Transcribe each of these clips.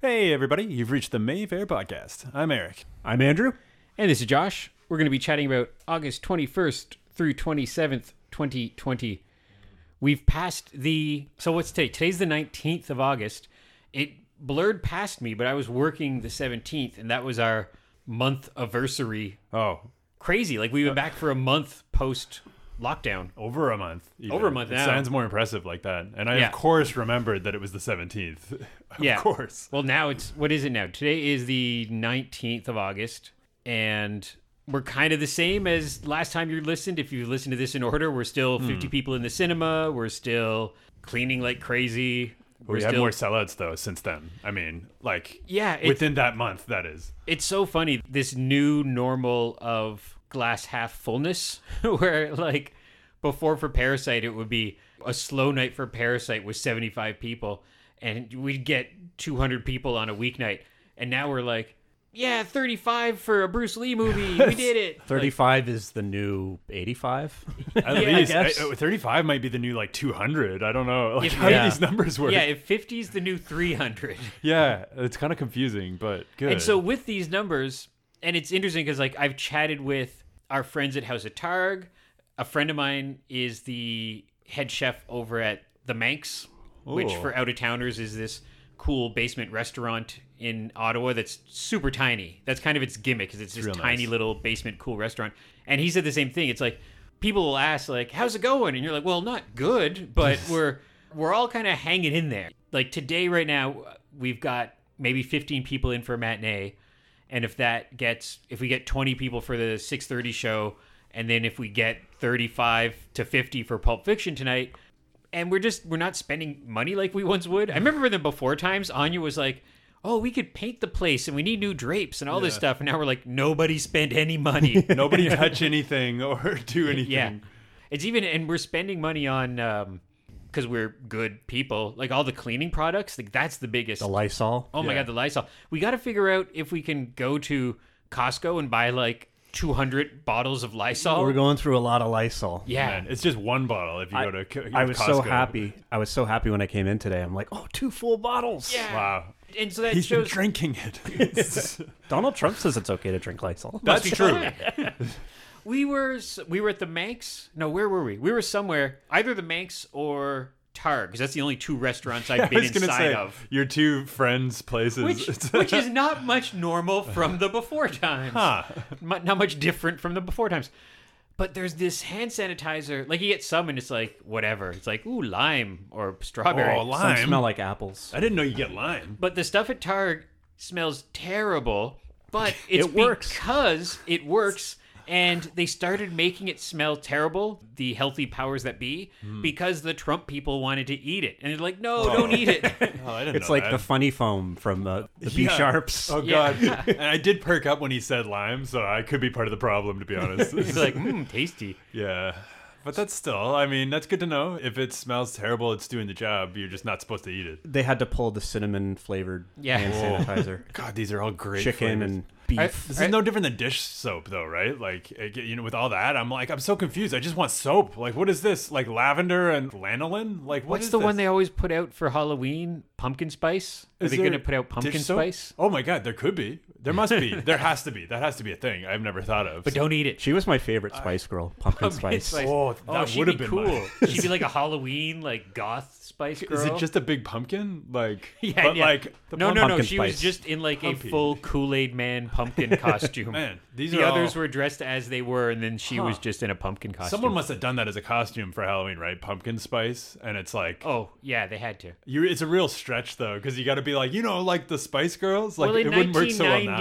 Hey, everybody, you've reached the Mayfair Podcast. I'm Eric. I'm Andrew. And this is Josh. We're going to be chatting about August 21st through 27th, 2020. We've passed the. So what's today? Today's the 19th of August. It blurred past me, but I was working the 17th, and that was our month anniversary. Oh, Crazy. Like, we've been back for a month post lockdown. over a month. even. Over a month It now. sounds more impressive like that. And I, Yeah. of course, remembered that it was the 17th. of Yeah. course. Well, now it's. What is it now? Today is the 19th of August, and. We're kind of the same as last time you listened. If you listened to this in order, we're still 50 Hmm. people in the cinema. We're still cleaning like crazy. We're we still, had more sellouts, though, since then. I mean, like, Yeah, it's- within that month, that is. it's so funny this new normal of glass half fullness where like before for parasite it would be a slow night for parasite with 75 people and we'd get 200 people on a weeknight and now we're like yeah 35 for a bruce lee movie we did it 35 is the new 85. At Yeah, I least guess. I- 35 might be the new, like, 200. I don't know. Like, how Yeah. do these numbers work? yeah if 50 is the new 300 Yeah, it's kind of confusing, but good. And so with these numbers, and it's interesting because like I've chatted with our friends at House of Targ. A friend of mine is the head chef over at the Manx, which Ooh. for out of towners is this cool basement restaurant in Ottawa that's super tiny. That's kind of its gimmick is it's this real nice. tiny little basement cool restaurant. And he said the same thing. It's like people will ask like, "How's it going?" And you're like, "Well, not good, but we're we're all kind of hanging in there." Like today right now, we've got maybe 15 people in for a matinee, and if that gets if we get 20 people for the 6:30 show, and then if we get 35 to 50 for Pulp Fiction tonight, and we're just we're not spending money like we once would. I remember in the before times, Anya was like, "Oh, we could paint the place, and we need new drapes and all this stuff." And now we're like, "Nobody spent any money." nobody touch anything or do anything. yeah, it's even, and we're spending money on um because we're good people. Like all the cleaning products, like that's the biggest. The Lysol. oh my Yeah. god, the Lysol. We got to figure out if we can go to Costco and buy like 200 bottles of Lysol. We're going through a lot of Lysol. yeah. Man, it's just one bottle if you go to K- I was Costco. so happy. I was so happy when I came in today. I'm like, oh, two full bottles. Yeah. Wow. And so that He's been shows drinking it. Donald Trump says it's okay to drink Lysol. That's true. we were s- we were at the Manx. No, where were we? We were somewhere either the Manx or Tar, because that's the only two restaurants I've I been was gonna inside say of. your two friends' places. Which, which is not much normal from the before times. Huh. Mu- Not much different from the before times. But there's this hand sanitizer. Like you get some, and it's like whatever. It's like ooh lime or strawberry. oh, Some lime. smell like apples. I didn't know you get lime. But the stuff at Targ smells terrible, but it's It works. because it works. And they started making it smell terrible, the healthy powers that be, because the Trump people wanted to eat it. And they're like, no, don't eat it. Oh, I didn't It's like the funny foam from uh, the B Yeah. sharps. Oh Yeah. god! and I did perk up when he said lime, so I could be part of the problem, to be honest. It's like, mmm, tasty. yeah, but that's still. I mean, that's good to know. If it smells terrible, it's doing the job. You're just not supposed to eat it. They had to pull the cinnamon flavored Yeah. hand sanitizer, God, these are all great chicken flavors. and beef. This is no different than dish soap, though, right? Like, I get- you know, with all that, I'm like, I'm so confused. I just want soap. Like, what is this? Like lavender and lanolin? Like, what What's is the this? one they always put out for Halloween? Pumpkin spice? Are Is they there going to put out dish pumpkin soap? spice? Oh my god, there could be. There must be. there has to be. That has to be a thing. I've never thought of. But don't eat it. she was my favorite Spice Girl, pumpkin, Pumpkin spice. Oh, that she'd would've be been cool. mine. she'd be like a Halloween, like goth spice girl. is it just a big pumpkin? Like, Yeah, but yeah. like, the no, pumpkin- no, no. pumpkin She was spice. just in like Pumpy. a full Kool Aid Man pumpkin costume. Man, these the are others all- were dressed as they were, and then she was Huh. just in a pumpkin costume. Someone must have done that as a costume for Halloween, right? Pumpkin spice, and it's like, Oh yeah, they had to. you, it's a real stretch though, because you got to be like, you know, like the Spice Girls. Like, well, in it wouldn't work so well now.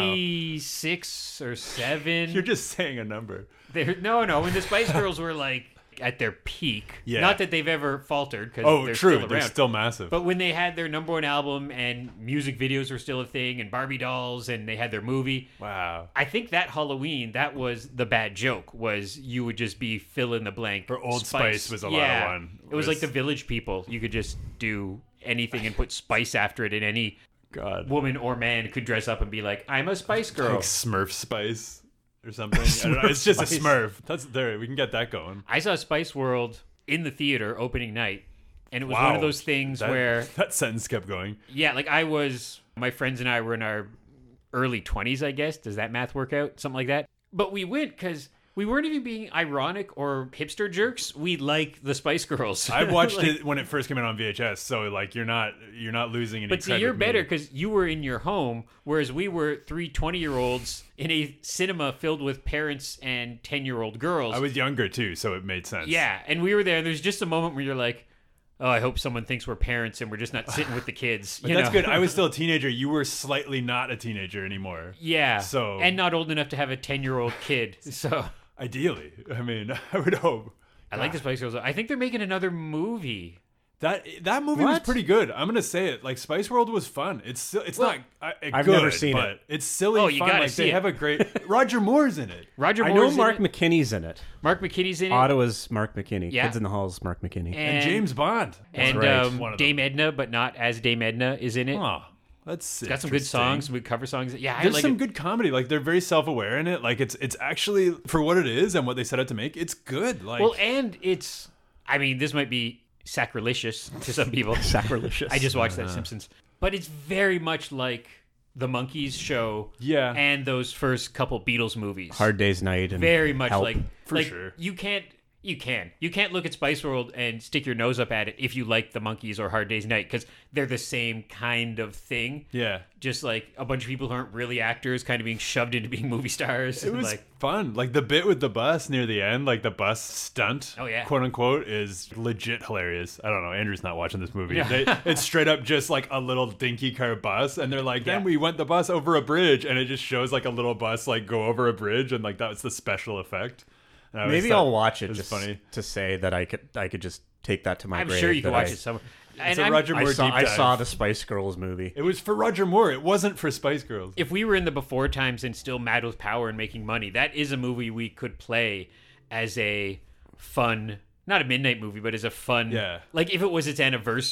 1996 or seven, You're just saying a number. they're- no, no. When the Spice Girls were like at their peak, Yeah. not that they've ever faltered because Oh, they're true. still they're around. still massive. But when they had their number one album and music videos were still a thing, and Barbie dolls, and they had their movie, wow. I think that Halloween, that was the bad joke. Was you would just be fill in the blank. Or Old Spice was a lot of one. It was like Was- the Village People. You could just do anything and put spice after it, and any God. woman or man could dress up and be like, "I'm a Spice Girl." Like Smurf spice or something. I don't know. It's just a Smurf. That's there. We can get that going. I saw Spice World in the theater opening night, And it was one of those things That- where that sentence kept going. yeah, like I was, my friends and I were in our early 20s, I guess. Does that math work out? Something like that. But we went because we weren't even being ironic or hipster jerks. We like the Spice Girls. I watched Like, it when it first came out on VHS, so like you're not you're not losing any. But see, cred you're with me. better because you were in your home, whereas we were three 20 year olds in a cinema filled with parents and 10 year old girls. I was younger too, so it made sense. yeah, and we were there. There's just a moment where you're like, oh, I hope someone thinks we're parents and we're just not sitting with the kids. But you that's know? good. I was still a teenager. You were slightly not a teenager anymore. Yeah. So- and not old enough to have a ten year old kid. So Ideally, I mean, I would hope I like the Spice Girls. I think they're making another movie. that that movie was What? pretty good. I'm gonna say it. Like Spice World was fun. It's still it's Well, not. I, I've good, never seen but it. It's silly. Oh, you fun. gotta like, see they it. have a great Roger Moore's in it. Roger I know Moore's in Mark it. McKinney's in it. Mark McKinney's in it. Ottawa's Mark McKinney. Yeah. Kids in the Hall's Mark McKinney. And, James Bond. and right. um, One of them. Dame Edna, but not as Dame Edna is in it. Oh, that's Got some good songs, good cover songs. Yeah, I There's like some it. good comedy. Like they're very self-aware in it. Like it's it's actually for what it is and what they set out to make. It's good. Like Well, and it's. I mean, this might be sacrilegious to some people. Sacrilicious. I just watched Uh-huh. that Simpsons, but it's very much like the Monkeys show. Yeah. and those first couple Beatles movies. Hard Day's Night and very much Help. like For like, sure. You can't you can you can't look at Spice World and stick your nose up at it if you like the monkeys or Hard Day's Night because they're the same kind of thing. yeah, Just like a bunch of people who aren't really actors, kind of being shoved into being movie stars. it and was like fun. Like the bit with the bus near the end, like the bus stunt. Oh, yeah. quote unquote, is legit hilarious. I don't know. Andrew's not watching this movie. Yeah. They, it's straight up just like a little dinky car bus, and they're like, then Yeah. we went the bus over a bridge, and it just shows like a little bus like go over a bridge, and like that was the special effect. And I always Maybe thought I'll watch it was just funny. to say that I could I could just take that to my I'm grave. sure you can that watch I- it somewhere. It's And a I'm- Roger I Moore saw, deep I dive. saw the Spice Girls movie. It was for Roger Moore. It wasn't for Spice Girls. if we were in the before times and still mad with power and making money, that is a movie we could play as a fun, not a midnight movie, but as a fun, Yeah. like if it was its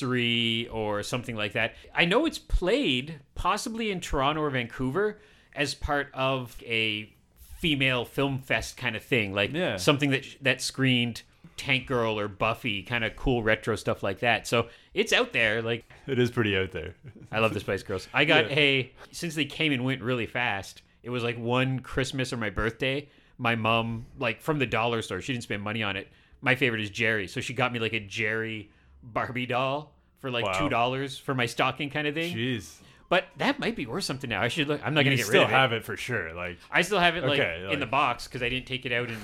anniversary or something like that. I know it's played possibly in Toronto or Vancouver as part of a female film fest kind of thing, like Yeah. something that that screened Tank Girl or Buffy, kind of cool retro stuff like that. So it's out there, like. It is pretty out there. I love the Spice Girls. I got Yeah. a since they came and went really fast. It was like one Christmas or my birthday. My mom like from the dollar store. She didn't spend money on it. My favorite is Jerry, so she got me like a Jerry Barbie doll for like Wow. two dollars for my stocking kind of thing. Jeez. But that might be worth something now. I should look. I'm not You gonna get still rid of have it. it. for sure. Like I still have it like, Okay, like- in the box because I didn't take it out and.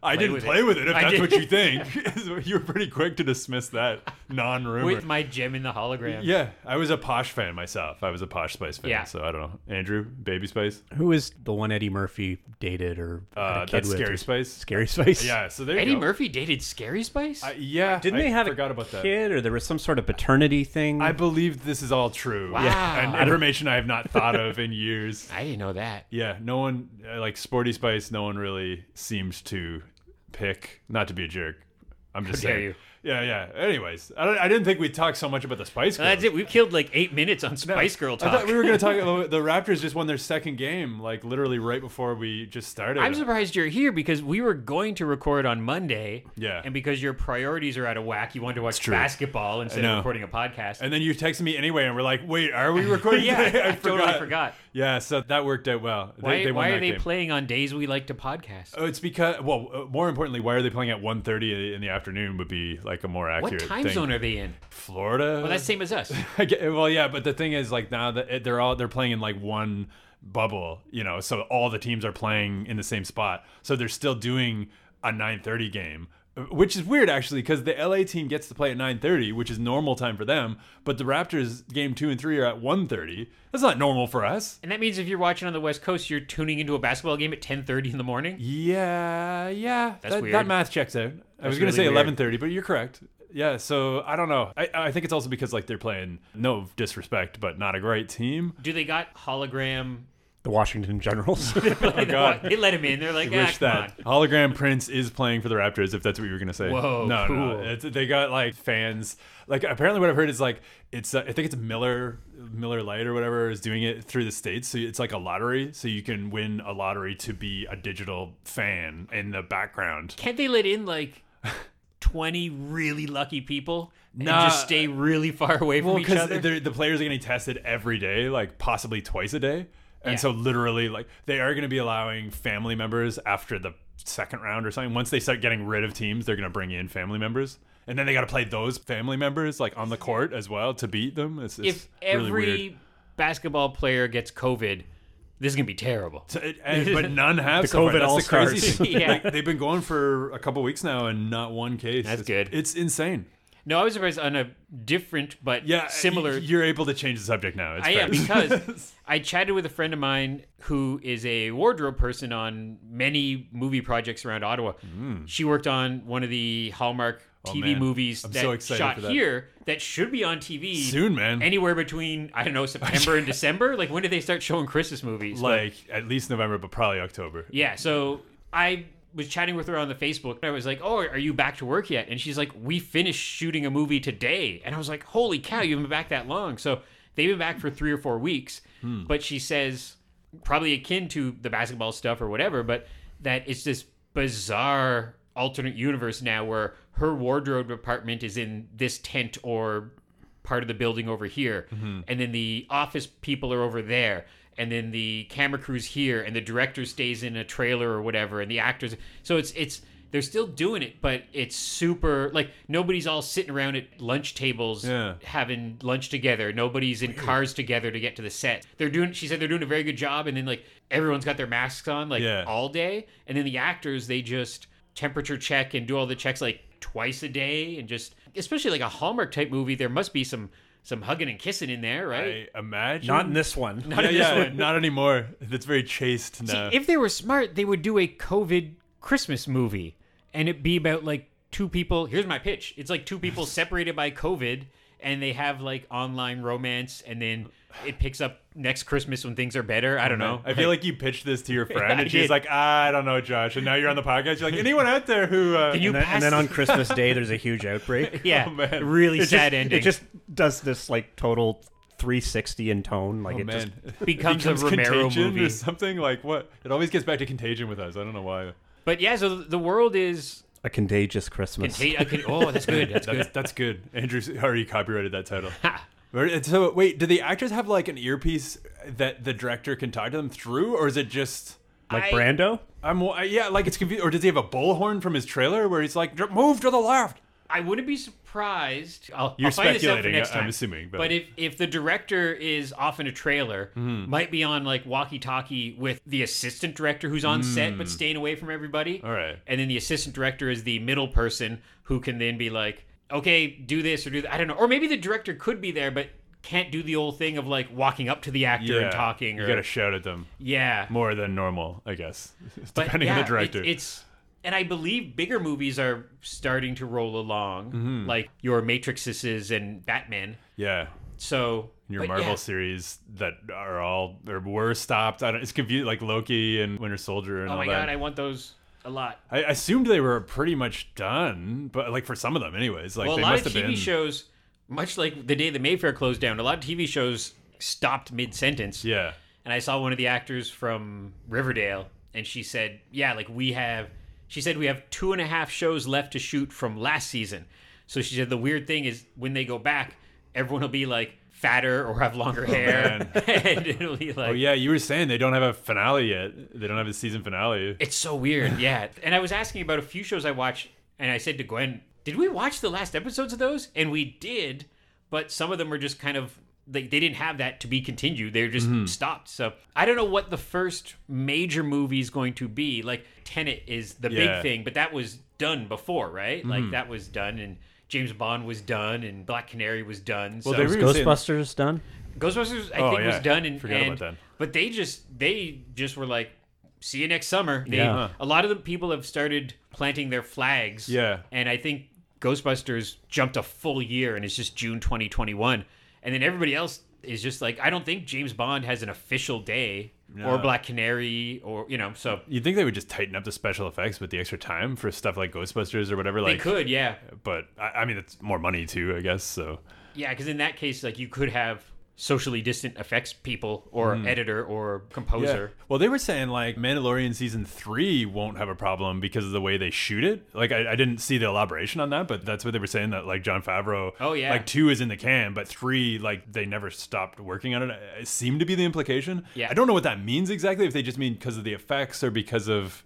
I play didn't with play it. with it. If I that's did- what you think, you were pretty quick to dismiss that non-rumor. with my gem in the hologram. yeah, I was a Posh fan myself. I was a Posh Spice fan. Yeah. So I don't know. Andrew, Baby Spice. Who is the one Eddie Murphy dated or had Uh, a kid that's with? Scary Spice. Scary Spice. Yeah. So there you Eddie go. Murphy dated Scary Spice. I- yeah. Didn't I they have forgot a about that. kid or there was some sort of paternity thing? I believe this is all true. Wow. Yeah. I And don't- information I have not thought of in years. I didn't know that. Yeah. No one uh, like Sporty Spice. No one really seems to pick. Not to be a jerk. I'm just How dare saying. you. Yeah, yeah. Anyways, I, don't, I didn't think we'd talk so much about the Spice Girls. That's it. We've killed like eight minutes on Spice Girl I talk. thought we were going to talk about the Raptors just won their second game, like literally right before we just started. I'm surprised you're here because we were going to record on Monday. Yeah. And because your priorities are out of whack, you wanted to watch basketball instead know. of recording a podcast. and then you texted me anyway, and we're like, "Wait, are we recording?" yeah, today? I, totally forgot. Yeah, so that worked out well. They- they Why, won why are that they game. playing on days we like to podcast? Oh, it's because well, uh, more importantly, why are they playing at 1.30 in the afternoon? Would be like a more what accurate time thing. zone are they in? Florida. Well, that's same as us. I get- well, yeah, but the thing is, like now that it- they're all they're playing in like one bubble, you know, so all the teams are playing in the same spot, so they're still doing a 9:30 game, uh, which is weird actually, because the LA team gets to play at 9:30, which is normal time for them, but the Raptors game two and three are at 1:30. That's not normal for us. And that means if you're watching on the West Coast, you're tuning into a basketball game at 10:30 in the morning. Yeah, yeah, That's that, that weird. math checks out. I was gonna really say weird. 11:30, but you're correct. Yeah, so I don't know. I, I think it's also because like they're playing no disrespect, but not a great team. Do they got hologram? the Washington Generals. Oh God. they let him in. They're like, ah, Wish come on. that hologram Prince is playing for the Raptors. If that's what you were gonna say. Whoa, no, no, cool. it's, they got like fans. Like apparently, what I've heard is like it's uh, I think it's Miller Miller Light or whatever is doing it through the states. So it's like a lottery. So you can win a lottery to be a digital fan in the background. Can't they let in like 20 really lucky people and Nah. just stay really far away from Well, each other? because the players are getting tested every day, like possibly twice a day, and Yeah. so literally, like they are going to be allowing family members after the second round or something. Once they start getting rid of teams, they're going to bring in family members, and then they got to play those family members like on the court as well to beat them. It's, it's really if every weird. basketball player gets COVID, this is going to be terrible. So it- and- but none have The so far. COVID That's the All-Stars. crazy thing. Yeah. Like, they've been going for a couple weeks now, and not one case. That's It's- good. It's insane. No, I was surprised on a different but Yeah, similar. y- You're able to change the subject now. It's I am fair. because I chatted with a friend of mine who is a wardrobe person on many movie projects around Ottawa. She worked on one of the Hallmark TV Mm. Oh, man. movies I'm that so excited shot for that. here that should be on TV soon, man. Anywhere between I don't know September and December. Like when did they start showing Christmas movies? But- like at least November, but probably October. yeah. So I was chatting with her on the Facebook. And I was like, "Oh, are you back to work yet?" And she's like, "We finished shooting a movie today." And I was like, "Holy cow, you've been back that long!" So they've been back for three or four weeks. But she says, probably akin to the basketball stuff or whatever, but that it's this bizarre alternate universe now where her wardrobe department is in this tent or part of the building over here, Mm-hmm. and then the office people are over there, and then the camera crew's here, and the director stays in a trailer or whatever, and the actors. So it's it's they're still doing it, but it's super like nobody's all sitting around at lunch tables Yeah. having lunch together. Nobody's in cars together to get to the set. They're doing. She said they're doing a very good job, and then like everyone's got their masks on like Yeah. all day, and then the actors they just temperature check and do all the checks like twice a day, and just especially like a Hallmark type movie, there must be some some hugging and kissing in there, right? I imagine Not in this one. Not yeah, yeah, not anymore. That's very chaste now. See, if they were smart, they would do a COVID Christmas movie, and it'd be about like two people. Here's my pitch: it's like two people separated by COVID, and they have like online romance, and then it picks up next Christmas when things are better. Oh, I don't know. I feel like you pitched this to your friend, I and she's did. like, "I don't know, Josh." And now you're on the podcast. You're like, "Anyone out there who?" Uh, Can you And then, pass and then on Christmas Day, there's a huge outbreak. yeah, Oh, man. really It sad just, ending. It just does this like total 360 in tone. Like oh it just man, becomes a Romero contagion or movie. something like what? It always gets back to contagion with us. I don't know why. but yeah, so the world is. a contagious Christmas. conta- I can- oh, that's good. That's That's good. that's good. Andrew already copyrighted that title. Ha. Right, So wait, do the actors have like an earpiece that the director can talk to them through, or is it just? like I- Brando. I'm I- yeah, like it's confused. Or does he have a bullhorn from his trailer where he's like, "Move to the left"? I wouldn't be surprised. I'll, You're I'll find this out for speculating, next I- I'm time. assuming, but- But, if if the director is off in a trailer, Mm-hmm. might be on like walkie-talkie with the assistant director who's on set but staying away from everybody. Mm. All right. And then the assistant director is the middle person who can then be like, okay, do this or do that. I don't know. Or maybe the director could be there but can't do the old thing of like walking up to the actor and talking. Or You gotta shout at them. yeah, more than normal, I guess, But depending on yeah, the director. it- it's and I believe bigger movies are starting to roll along, Mm-hmm. like your Matrixes and Batman. yeah, So your but Marvel yeah, series that are all or were stopped. I don't. It's confused, like Loki and Winter Soldier and Oh all my that. god, I want those a lot. I, assumed they were pretty much done, but like for some of them, anyways. Like Well, a they lot must of have TV been. shows, much like the day the Mayfair closed down, a lot of TV shows stopped mid sentence. yeah, And I saw one of the actors from Riverdale, and she said, "Yeah, like we have." She said we have two and a half shows left to shoot from last season. So she said the weird thing is when they go back, everyone will be like fatter or have longer hair, and it'll be like, oh yeah. You were saying they don't have a finale yet. They don't have a season finale. it's so weird." Yeah. And I was asking about a few shows I watched, and I said to Gwen, "Did we watch the last episodes of those?" And we did, but some of them were just kind of they, they didn't have that to be continued. They were just Mm-hmm. stopped. So I don't know what the first major movie is going to be. Like Tenet is the Yeah. Mm-hmm. big thing, but that was done before, right? Like that was done, and James Bond was done, and Black Canary was done. Well, so they Is We were saying- Ghostbusters done? Ghostbusters, I Oh, think, yeah. was done. And, Forgot about and- that. But they just they just were like, see you next summer. They, Yeah. Uh-huh. Huh. A lot of the people have started planting their flags. Yeah. And I think Ghostbusters jumped a full year, and it's just June 2021. And then everybody else is just like, I don't think James Bond has an official day or No. Black Canary or you know. So You'd think they would just tighten up the special effects with the extra time for stuff like Ghostbusters or whatever. they Like, uh, could, yeah, but I, I mean, it's more money too, I guess. So yeah, because in that case, like you could have socially distant effects people or editor or Mm-hmm. Yeah. composer. Well, they were saying like Mandalorian season three won't have a problem because of the way they shoot it. Like I, I didn't see the elaboration on that, but that's what they were saying that like John Favreau. Oh, yeah. Like two is in the can, but three like they never stopped working on it. It seemed to be the implication. Yeah. I don't know what that means exactly. If they just mean because of the effects or because of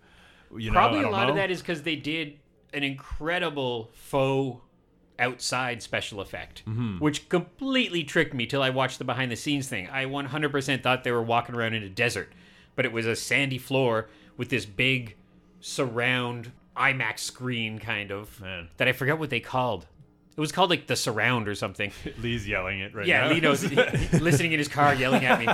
you know Probably I a don't lot of know. that is because they did an incredible faux outside special effect, Mm-hmm. which completely tricked me till I watched the behind the scenes thing. I 100% thought they were walking around in a desert, but it was a sandy floor with this big surround IMAX screen kind of Man. that I forgot what they called. It was called like the surround or something. Lee's yelling it right Yeah, now. Lino's listening in his car, yelling at me.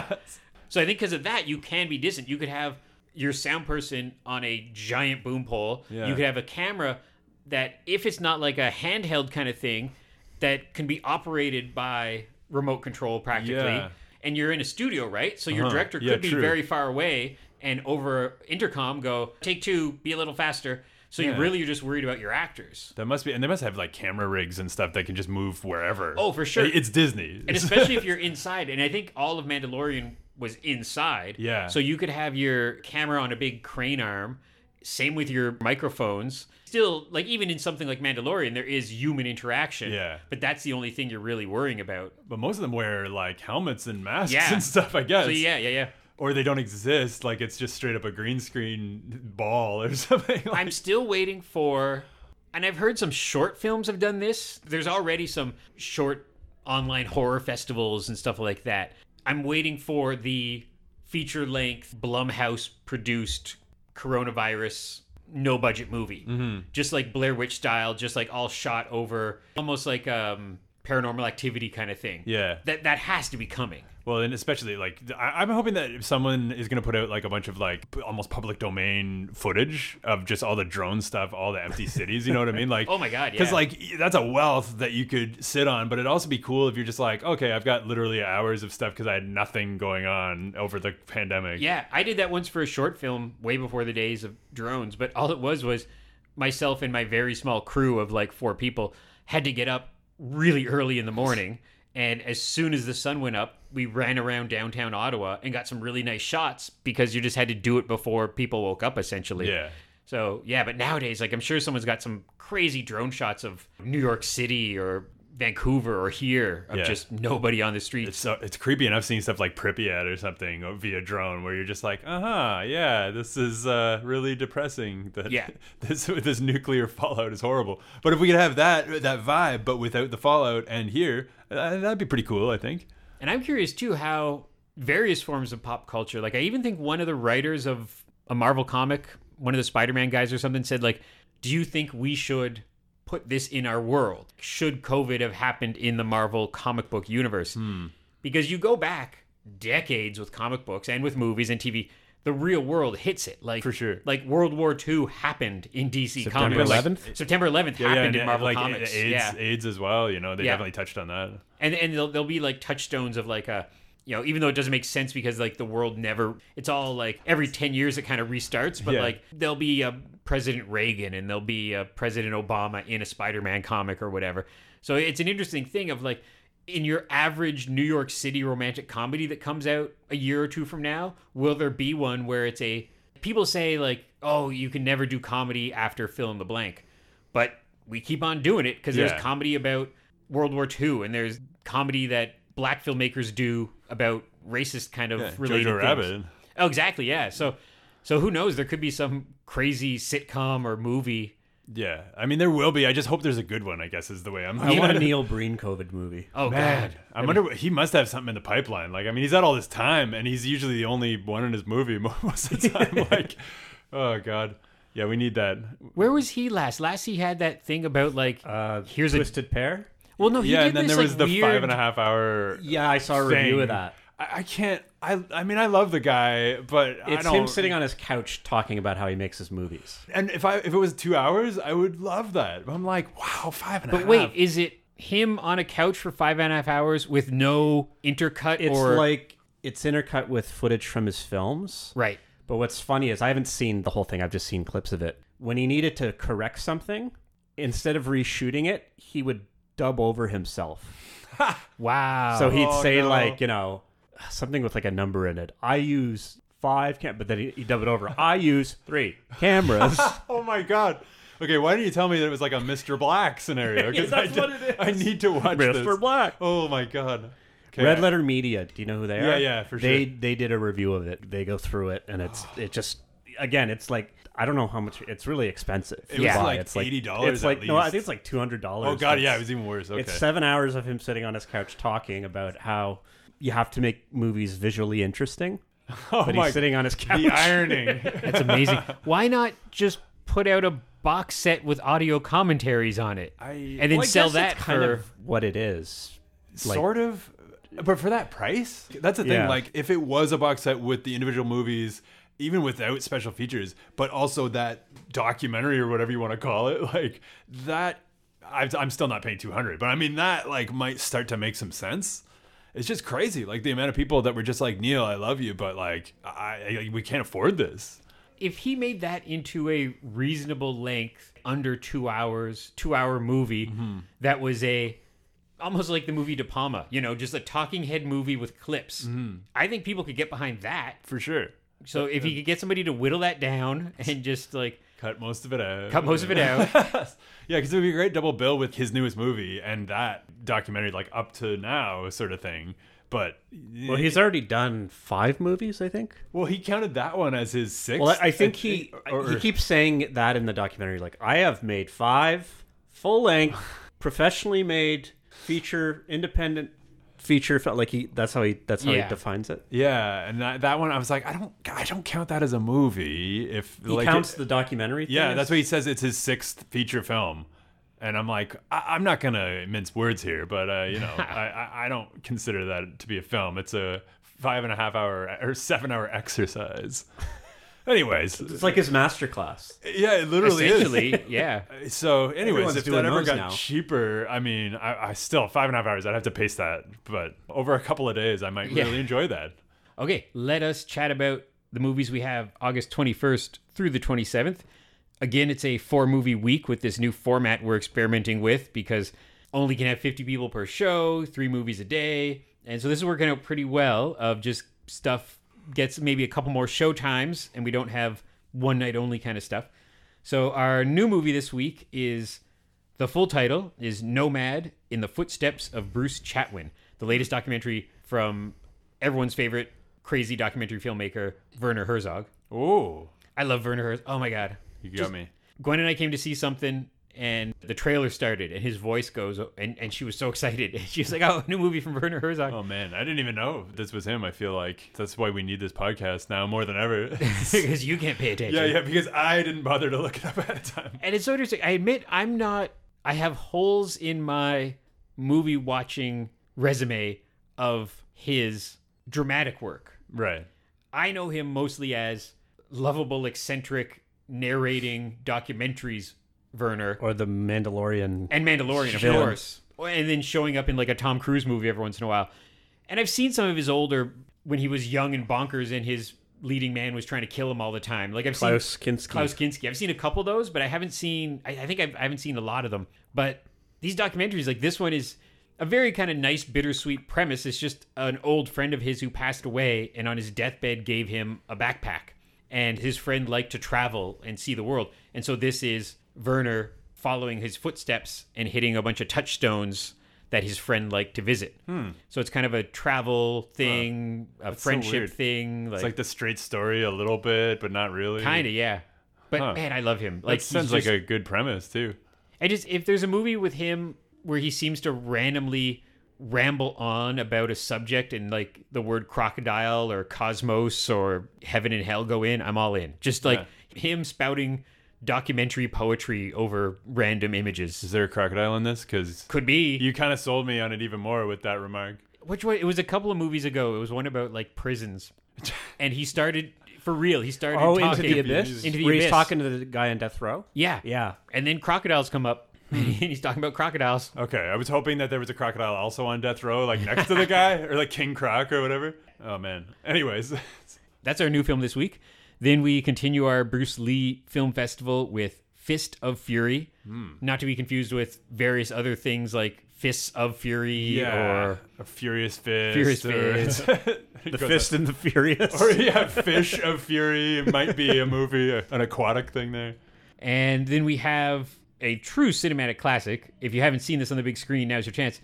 So I think because of that, you can be distant. You could have your sound person on a giant boom pole. Yeah. You could have a camera that, if it's not like a handheld kind of thing, that can be operated by remote control practically. Yeah. And you're in a studio, right? So your Uh-huh. director could Yeah, be true. very far away and over intercom go, take two, be a little faster. So Yeah. you really are just worried about your actors. That must be, and they must have like camera rigs and stuff that can just move wherever. Oh, for sure. It's Disney. and especially if you're inside. And I think all of Mandalorian was inside. Yeah. So you could have your camera on a big crane arm. Same with your microphones. Still, like even in something like Mandalorian, there is human interaction. Yeah. But that's the only thing you're really worrying about. but most of them wear like helmets and masks Yeah. and stuff. I guess. So yeah, yeah, yeah. or they don't exist. Like it's just straight up a green screen ball or something. Like, I'm still waiting for, and I've heard some short films have done this. There's already some short online horror festivals and stuff like that. I'm waiting for the feature length Blumhouse produced coronavirus no budget movie, just like Blair Witch style, just like all shot over, almost like um, paranormal activity kind of thing. yeah. That that has to be coming. Well, and especially like I- I'm hoping that if someone is going to put out like a bunch of like p- almost public domain footage of just all the drone stuff, all the empty cities. You know what I mean? Like, Oh my God, Because yeah. like y- that's a wealth that you could sit on, but it'd also be cool if you're just like, okay, I've got literally hours of stuff because I had nothing going on over the pandemic. Yeah, I did that once for a short film way before the days of drones, but all it was was myself and my very small crew of like four people had to get up really early in the morning. And as soon as the sun went up, we ran around downtown Ottawa and got some really nice shots because you just had to do it before people woke up, essentially. Yeah. So, yeah, but nowadays, like, I'm sure someone's got some crazy drone shots of New York City or Vancouver or here of Yeah. just nobody on the streets. It's, so, it's creepy, and I've seen stuff like Pripyat or something or via drone, where you're just like, uh huh, yeah, this is uh, really depressing. That Yeah. this this nuclear fallout is horrible. But if we could have that that vibe, but without the fallout, and here, uh, that'd be pretty cool. I think. And I'm curious too how various forms of pop culture, like I even think one of the writers of a Marvel comic, one of the Spider-Man guys or something said like, "Do you think we should put this in our world? Should COVID have happened in the Marvel comic book universe?" Hmm. Because you go back decades with comic books and with movies and TV, the real world hits it. Like For sure. Like World War II happened in DC September comics. Like, 11th? September 11th happened in and, Marvel like, comics. AIDS, yeah AIDS as well. You know, they Yeah. definitely touched on that. and and they'll, they'll be like touchstones of like a you know even though it doesn't make sense because like the world never it's all like every 10 years it kind of restarts but Yeah. like there'll be a president reagan and there'll be a president obama in a spider-man comic or whatever so it's an interesting thing of like in your average new york city romantic comedy that comes out a year or two from now will there be one where it's a people say like oh you can never do comedy after fill in the blank but we keep on doing it because Yeah. there's comedy about World War II, and there's comedy that black filmmakers do about racist kind of related Jojo things. Rabbit. Oh, exactly. Yeah. So, so who knows? There could be some crazy sitcom or movie. Yeah, I mean, there will be. I just hope there's a good one. I guess is the way I'm. I want a Neil Breen COVID movie. Oh Man, God. I, wonder what he must have something in the pipeline. Like, I mean, he's had all this time, and he's usually the only one in his movie most of the time. like, oh god, yeah, we need that. Where was he last? Last he had that thing about like Uh, here's a Twisted Pair. well, no, he yeah, did and then this, there like, was the weird, five and a half hour. Yeah, I saw a review thing. of that. I, I can't. I. I mean, I love the guy, but I It's don't. him sitting on his couch talking about how he makes his movies. And if I if it was two hours, I would love that. But I'm like, wow, five and a But half. wait, is it him on a couch for five and a half hours with no intercut It's or like it's intercut with footage from his films. right? But what's funny is I haven't seen the whole thing. I've just seen clips of it. When he needed to correct something, instead of reshooting it, he would dub over himself. wow. So he'd Oh, say no. like you know something with like a number in it. I use five cam, but then he would dub it over. I use three cameras. Oh my god. Okay, why didn't you tell me that it was like a Mr. Black scenario? Because that's I, what it is. I need to watch Mr. this. Black. Oh my god. Okay. Red Letter Media. Do you know who they Yeah, are? yeah, for They sure. they did a review of it. They go through it, and it's it just again, it's like I don't know how much. It's really expensive. It to was buy. like it's $80 It's like at no, I least. think it's like two hundred dollars. Oh god, yeah, it was even worse. Okay. It's seven hours of him sitting on his couch talking about how you have to make movies visually interesting. oh But my he's sitting on his couch. the ironing. That's amazing. Why not just put out a box set with audio commentaries on it, I- and then Well, I sell guess that that's kind for? of what it is. Like- sort of but for that price that's the thing Yeah. like if it was a box set with the individual movies even without special features but also that documentary or whatever you want to call it like that I've, i'm still not paying 200 but i mean that like might start to make some sense it's just crazy like the amount of people that were just like neil i love you but like i, I we can't afford this if he made that into a reasonable length under two hours two hour movie Mm-hmm. that was a almost like the movie de palma you know just a talking head movie with clips Mm-hmm. i think people could get behind that for sure so if he could get somebody to whittle that down and just like cut most of it out cut most of it out yeah, because it would be a great double bill with his newest movie and that documentary, like up to now, sort of thing. But Well, he's already done five movies, I think. well, he counted that one as his sixth. Well, I, I think he or- he keeps saying that in the documentary. Like, I have made five full length, professionally made feature, independent feature. Felt like he that's how he that's how Yeah. he defines it. yeah, and that, that one, I was like, I don't, I don't count that as a movie. If He like, counts it- the documentary. Thing yeah, as- that's what he says. It's his sixth feature film. And I'm like, I, I'm not gonna mince words here, but uh, you know, I, I, I don't consider that to be a film. It's a five and a half hour e, or seven hour exercise. Anyways, It's like his masterclass. yeah, it literally is. essentially yeah So, anyways, Everyone's if doing that ever those got now. cheaper, I mean, I, I still five and a half hours. I'd have to pace that, but over a couple of days, I might Yeah. really enjoy that. Okay, let us chat about the movies we have August 21st through the 27th. Again, it's a four movie week with this new format we're experimenting with because only can have 50 people per show, three movies a day. And so this is working out pretty well of just stuff gets maybe a couple more show times and we don't have one night only kind of stuff. So our new movie this week is the full title is Nomad in the Footsteps of Bruce Chatwin, the latest documentary from everyone's favorite crazy documentary filmmaker, Werner Herzog. Ooh, I love Werner Herzog. Oh my God. you got me. Gwen and I came to see something, and the trailer started, and his voice goes, and, and she was so excited. She was like, oh, new movie from Werner Herzog. Oh man, I didn't even know this was him. I feel like that's why we need this podcast now more than ever. Because you can't pay attention. yeah, yeah, because I didn't bother to look it up ahead of time. And it's so interesting. I admit I'm not. I have holes in my movie watching resume of his dramatic work. Right. I know him mostly as lovable, eccentric, narrating documentaries, Werner, Or the Mandalorian. and Mandalorian, of Villain. course. And then showing up in like a Tom Cruise movie every once in a while. And I've seen some of his older when he was young and bonkers, and his leading man was trying to kill him all the time. Like I've seen Klaus Kinski. Klaus Kinski. I've seen a couple of those, but I haven't seen. I, I think I've, I haven't seen a lot of them. But these documentaries, like this one, is a very kind of nice, bittersweet premise. It's just an old friend of his who passed away, and on his deathbed gave him a backpack. And his friend liked to travel and see the world, and so this is Werner following his footsteps and hitting a bunch of touchstones that his friend liked to visit. Hmm. So it's kind of a travel thing, a friendship weird. thing. It's like the straight story a little bit, but not really. Kind of, yeah. But Huh. man, I love him. Like Like he's sounds just, like a good premise too. I just if there's a movie with him where he seems to randomly ramble on about a subject and like the word crocodile or cosmos or heaven and hell go in, I'm all in. Just like him spouting documentary poetry over random images. Is there a crocodile in this? Because Could be. you kind of sold me on it even more with that remark. Which one? It was a couple of movies ago. It was one about like prisons, and he started for real. He started Oh, into talking the abyss. Into the Where abyss. he's talking to the guy on death row. Yeah, Yeah. Hmm. And then crocodiles come up, and he's talking about crocodiles. Okay, I was hoping that there was a crocodile also on death row, like next to the guy, or like King Croc or whatever. Oh man. Anyways, That's our new film this week. Then we continue our Bruce Lee Film Festival with Fist of Fury, not to be confused with various other things like Fists of Fury yeah, or a furious fist, Furious or- Fist. It The goes Fist and the Furious. Or yeah, Fish of Fury It might be a movie, an aquatic thing there. And then we have a true cinematic classic. If you haven't seen this on the big screen, now's your chance.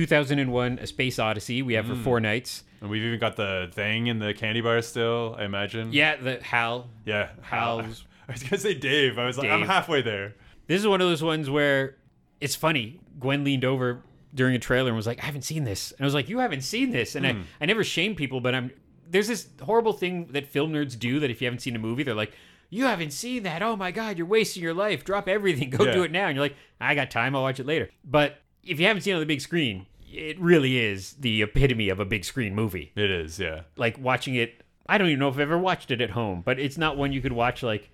2001 A Space Odyssey, we have for four nights. And we've even got the thing in the candy bar still, I imagine. Yeah, the Hal. Yeah. Howl's- I was gonna say Dave. I was like, I'm Dave. halfway there. This is one of those ones where it's funny. Gwen leaned over during a trailer and was like, I haven't seen this. And I was like, You haven't seen this. And I, I never shame people, but I'm there's this horrible thing that film nerds do that if you haven't seen a movie, they're like, You haven't seen that. Oh my God, you're wasting your life. Drop everything. Go Yeah. do it now. And you're like, I got time, I'll watch it later. But if you haven't seen it on the big screen, it really is the epitome of a big screen movie It is, yeah. like watching it. I don't even know if I've ever watched it at home, but it's not one you could watch like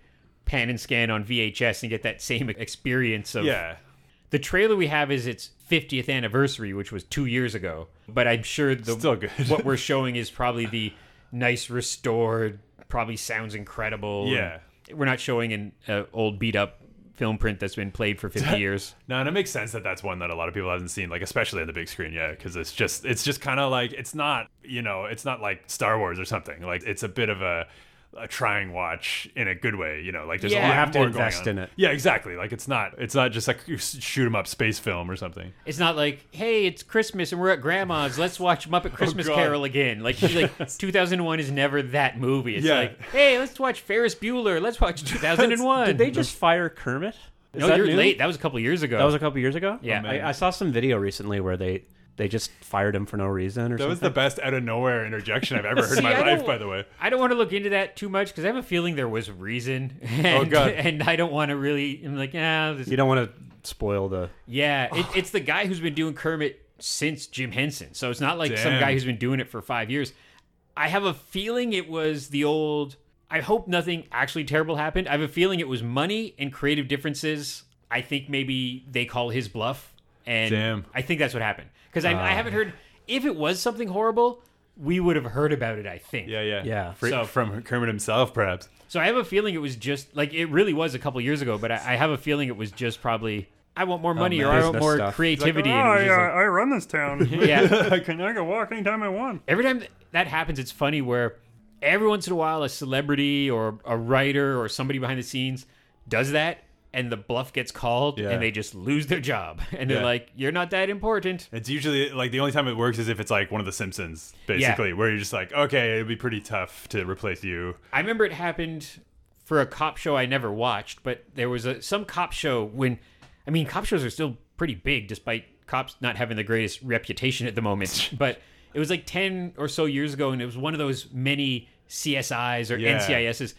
pan and scan on VHS and get that same experience of. Yeah. The trailer we have is its 50th anniversary, which was two years ago, but I'm sure the Still good. what we're showing is probably the nice restored. Probably sounds incredible. Yeah. we're not showing an uh, old beat up film print that's been played for 50 years. No, and it makes sense that that's one that a lot of people haven't seen, like especially on the big screen, yeah, because it's just it's just kind of like it's not you know it's not like Star Wars or something. Like it's a bit of a a trying watch in a good way, you know. Like there's a Yeah, lot you have to more going invest on. in it. Yeah, exactly. Like it's not it's not just like you s- shoot 'em up space film or something. It's not like, hey, it's Christmas and we're at grandma's. Let's watch Oh, Muppet Christmas God. Carol again. Like, you're like 2001 is never that movie. It's Yeah. like, hey, let's watch Ferris Bueller. Let's watch 2001. Did they just fire Kermit? Is No, that you're new? late. That was a couple years ago. That was a couple years ago. Yeah. Oh, man. I, I saw some video recently where they they just fired him for no reason or That was the something. best out of nowhere interjection I've ever heard See, in my I life. don't- By the way, I don't want to look into that too much because I have a feeling there was reason. Oh, And, God. And I don't want to really. I'm like, yeah, this, you don't want to spoil the. yeah. It, Oh. it's the guy who's been doing Kermit since Jim Henson. So it's not like some Damn. guy who's been doing it for five years. I have a feeling it was the old. I hope nothing actually terrible happened. I have a feeling it was money and creative differences. I think maybe they call his bluff, and Damn. Ah. I think that's what happened. Because I, I haven't heard if it was something horrible, we would have heard about it. I think. yeah, yeah, Yeah. Fr- So- from Kermit himself, perhaps. So I have a feeling it was just like it really was a couple years ago, but I, I have a feeling it was just probably I want Oh, more money man. or I want Business more stuff. He's creativity. Oh, and it was I, just like- I run this town. Yeah. I can I can walk anytime I want. Every time that happens, it's funny where every once in a while a celebrity or a writer or somebody behind the scenes does that and the bluff gets called Yeah. and they just lose their job. And they're Yeah. like, you're not that important. It's usually like the only time it works is if it's like one of the Simpsons, basically, where you're just like, okay, it'd be pretty tough to replace you. I remember it happened for a cop show I never watched, but there was a some cop show when I mean cop shows are still pretty big despite cops not having the greatest reputation at the moment. but it was like 10 or so years ago and it was one of those many CSIs or Yeah. NCISs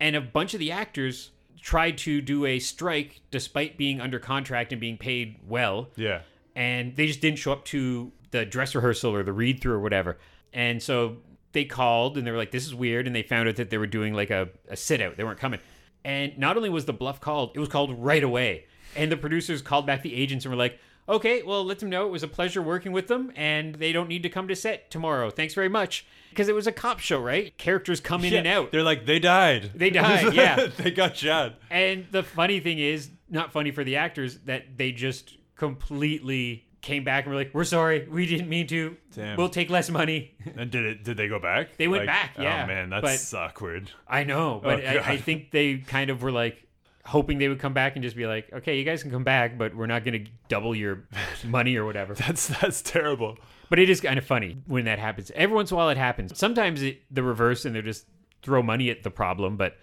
and a bunch of the actors tried to do a strike despite being under contract and being paid well Yeah. and they just didn't show up to the dress rehearsal or the read through or whatever. And so they called and they were like, "This is weird," and they found out that they were doing like a, a sit out. They weren't coming. And not only was the bluff called, it was called right away. And the producers called back the agents and were like, "Okay, well, let them know it was a pleasure working with them, and they don't need to come to set tomorrow. Thanks very much." Because it was a cop show, right? Characters come in and Yeah, out. They're like, they died. They died, yeah. they got shot. And the funny thing is, not funny for the actors, that they just completely came back and were like, "We're sorry, we didn't mean to. Damn. We'll take less money." And did it? Did they go back? They went back, yeah, Oh man, that's awkward. I know, but Oh, God. I, I think they kind of were like hoping they would come back and just be like, "Okay, you guys can come back, but we're not going to double your money or whatever." That's that's terrible. But it is kind of funny when that happens. Every once in a while, it happens. Sometimes it, the reverse, and they're just throw money at the problem. But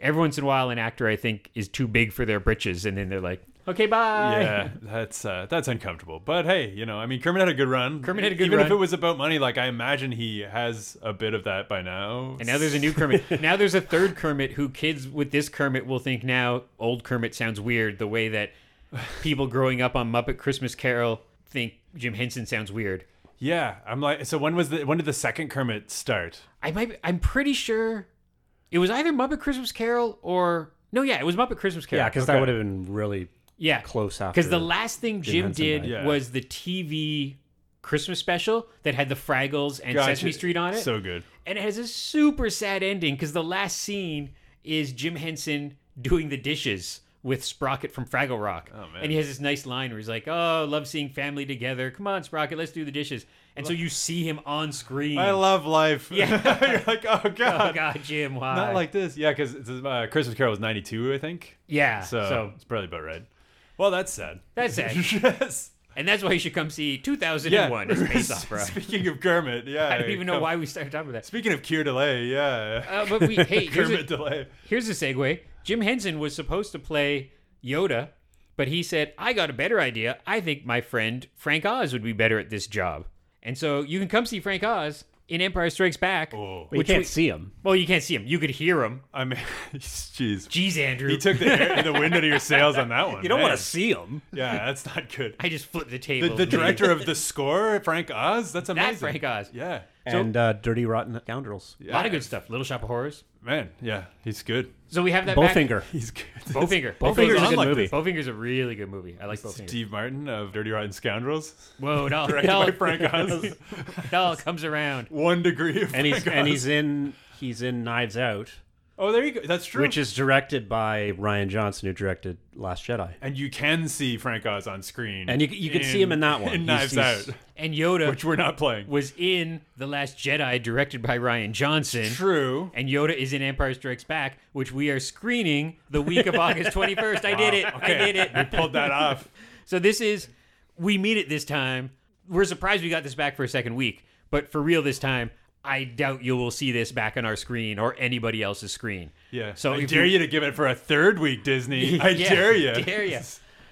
every once in a while, an actor I think is too big for their britches, and then they're like, "Okay, bye." Yeah, that's uh, that's uncomfortable. But hey, you know, I mean, Kermit had a good run. Kermit had a good Even run. if it was about money, like I imagine he has a bit of that by now. And now there's a new Kermit. now there's a third Kermit who kids with this Kermit will think now old Kermit sounds weird the way that people growing up on Muppet Christmas Carol think Jim Henson sounds weird. Yeah, I'm like, so when was the when did the second Kermit start? I might be- I'm pretty sure it was either Muppet Christmas Carol or no, yeah, it was Muppet Christmas Carol. Yeah, because that would have been really yeah, close after. Because the last thing Jim Henson did died. Yeah. was the TV Christmas special that had the Fraggles and Gotcha. Sesame Street on it. So good. and it has a super sad ending because the last scene is Jim Henson doing the dishes with Sprocket from Fraggle Rock. Oh, man. And he has this nice line where he's like, "Oh, love seeing family together. Come on, Sprocket, let's do the dishes." And so you see him on screen. I love life. Yeah. You're like, oh oh god. God, Jim, why? Not like this. Yeah, because uh, Christmas Carol was 92, I think. yeah. So, so it's probably about right. Well, that's sad. That's sad. yes. and that's why you should come see Yeah. 2001: A Space Opera. Speaking of Kermit, yeah. I don't even know come- why we started talking about that. Speaking of Cure Delay, yeah. Uh, but we, hey, here's Kermit a, Delay. here's a segue. Jim Henson was supposed to play Yoda, but he said, I got a better idea. I think my friend Frank Oz would be better at this job. And so you can come see Frank Oz in Empire Strikes Back. Oh. But you Which can't we- see him. Well, you can't see him. You could hear him. I mean, jeez. Jeez, Andrew. He took the air, the wind out of your sails on that one. You don't want man. to see him. Yeah, that's not good. I just flipped the The, table. the director of the score, Frank Oz. That's amazing. That Frank Oz. Yeah. and uh, Dirty Rotten Scoundrels. A lot of good stuff. Little Shop of Horrors. Man, yeah, he's good. So we have that back- Bowfinger. He's good. Bowfinger. Bowfinger's a good Bowfinger's- movie. Bowfinger's a really good movie. I like Bowfinger. Steve Martin of Dirty Rotten Scoundrels, Whoa, it all, it directed all, by Frank Oz. it all comes around. One degree of And he's Frank and Oz. he's in he's in Knives Out, Oh, there you go. That's true. which is directed by Ryan Johnson, who directed Last Jedi. and you can see Frank Oz on screen, And you- you can see him in that one. In He's- Knives he's- Out, And Yoda. which we're not playing. was in The Last Jedi, directed by Ryan Johnson. True. And Yoda is in Empire Strikes Back, which we are screening the week of August 21st. I did it. I did We it. pulled that off. So this is, we meet it this time. We're surprised we got this back for a second week, but for real this time, I doubt you will see this back on our screen or anybody else's screen. Yeah. So I if dare we- you to give it for a third week, Disney. I Yeah, dare you. Dare you.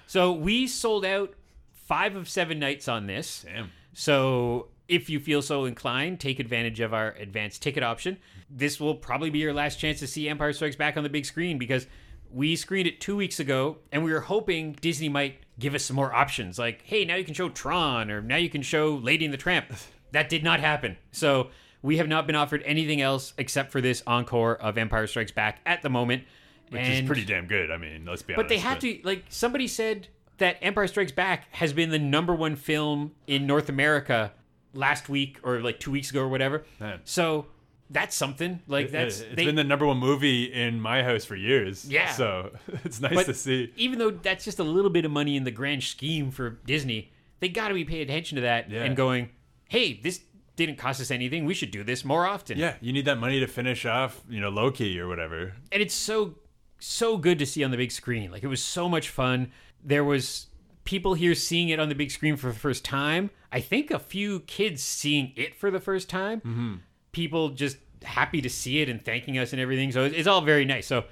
So we sold out five of seven nights on this. Damn. So if you feel so inclined, take advantage of our advanced ticket option. This will probably be your last chance to see Empire Strikes Back on the big screen because we screened it two weeks ago and we were hoping Disney might give us some more options like, hey, now you can show Tron or now you can show Lady and the Tramp. That did not happen. So we have not been offered anything else except for this encore of Empire Strikes Back at the moment. Which And- is pretty damn good. I mean, let's be honest. but they had to like somebody said that Empire Strikes Back has been the number one film in North America last week or like two weeks ago or whatever. Man. So that's something. Like that's That's, it, has they- been the number one movie in my house for years. Yeah. So it's nice but to see. Even though that's just a little bit of money in the grand scheme for Disney, they got to be paying attention to that Yeah. and going, "Hey, this didn't cost us anything. We should do this more often." Yeah, you need that money to finish off, you know, Loki or whatever. and it's so so good to see on the big screen. Like it was so much fun. There was people here seeing it on the big screen for the first time. I think a few kids seeing it for the first time. People just happy to see it and thanking us and everything. So it's, it's all very nice. So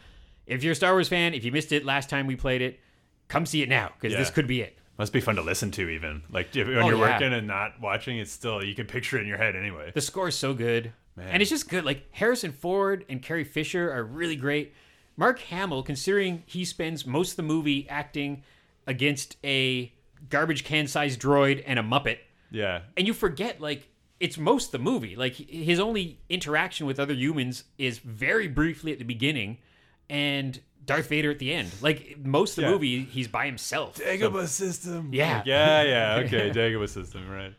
if you're a Star Wars fan, if you missed it last time we played it, come see it now because this Yeah. could be it. Must be fun to listen to, even like if, when Oh, you're yeah. working and not watching. It's still you can picture it in your head anyway. The score is so good. And it's just good. Like Harrison Ford and Carrie Fisher are really great. Mark Hamill, considering he spends most of the movie acting against a garbage can sized droid and a Muppet, Yeah, and you forget, like, it's most the movie. Like, his only interaction with other humans is very briefly at the beginning and Darth Vader at the end. Like, most of the Yeah. movie, he's by himself. Dagobah system. Yeah. Like, yeah, yeah. Okay, Dagobah system, right?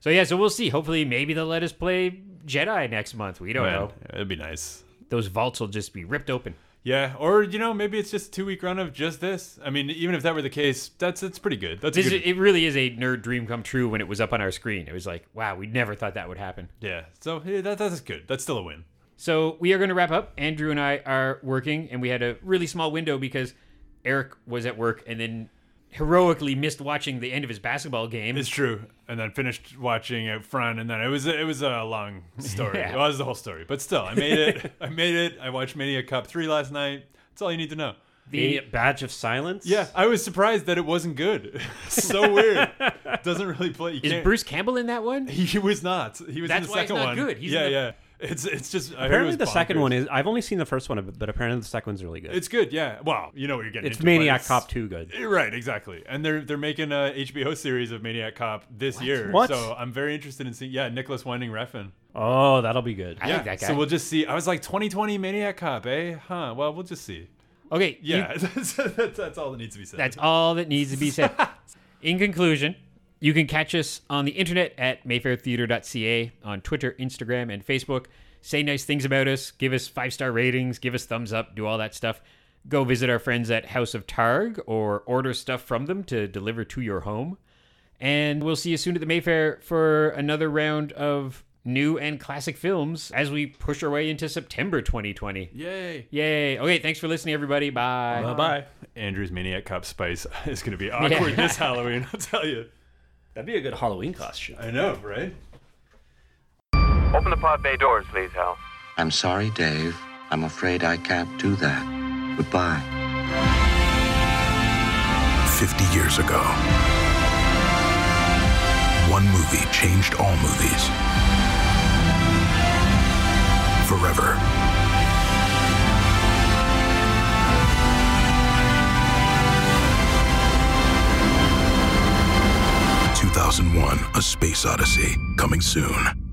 So, yeah, so we'll see. Hopefully, maybe they'll let us play Jedi next month. We don't Man, know. it'd be nice. Those vaults will just be ripped open. Yeah, or you know, maybe it's just a two week run of just this. I mean, even if that were the case, that's it's pretty good. That's a This good, is, it really is a nerd dream come true when it was up on our screen. It was like, wow, we never thought that would happen. yeah. So yeah, that that's good. That's still a win. So we are going to wrap up. Andrew and I are working, and we had a really small window because Eric was at work and then heroically missed watching the end of his basketball game. It's true. And then finished watching out front, and then it was it was a long story. Yeah. Well, it was the whole story, but still, I made it. I made it. I watched Mania Cup three last night. That's all you need to know. the Badge of Silence. Yeah, I was surprised that it wasn't good. so weird. Doesn't really play. You is can't- Bruce Campbell in that one? He was not. He was in That's the why it's second not one. good. He's in yeah, the- yeah. It's it's just I heard it Apparently was the second bonkers. one is. I've only seen the first one, but apparently the second one's really good. It's good. Yeah. Well, you know what you're getting. It's into, but Maniac Cop Two good. Right, exactly, and they're they're making a HBO series of Maniac Cop this year, What? so I'm very interested in seeing. Yeah, Nicholas Winding Refn. Oh, that'll be good. I Yeah, like that guy. so we'll just see. I was like 2020 Maniac Cop, eh? Huh. Well, we'll just see. okay, you- Yeah, that's, that's, that's all that needs to be said. That's all that needs to be said. In conclusion, you can catch us on the internet at mayfairtheater.ca on Twitter, Instagram, and Facebook. Say nice things about us, give us five star ratings, give us thumbs up, do all that stuff. go visit our friends at House of Targ or order stuff from them to deliver to your home. And we'll see you soon at the Mayfair for another round of new and classic films as we push our way into September 2020. Yay. Yay. Okay, thanks for listening, everybody. Uh, Bye. Bye. Andrew's Maniac Cop Spice is going to be awkward this Halloween, I'll tell you. That'd be a good Halloween costume. I know, right? Open the pod bay doors, please, Hal. I'm sorry, Dave. I'm afraid I can't do that. Goodbye. 50 years ago. One movie changed all movies. Forever. Two thousand one, A Space Odyssey, coming soon.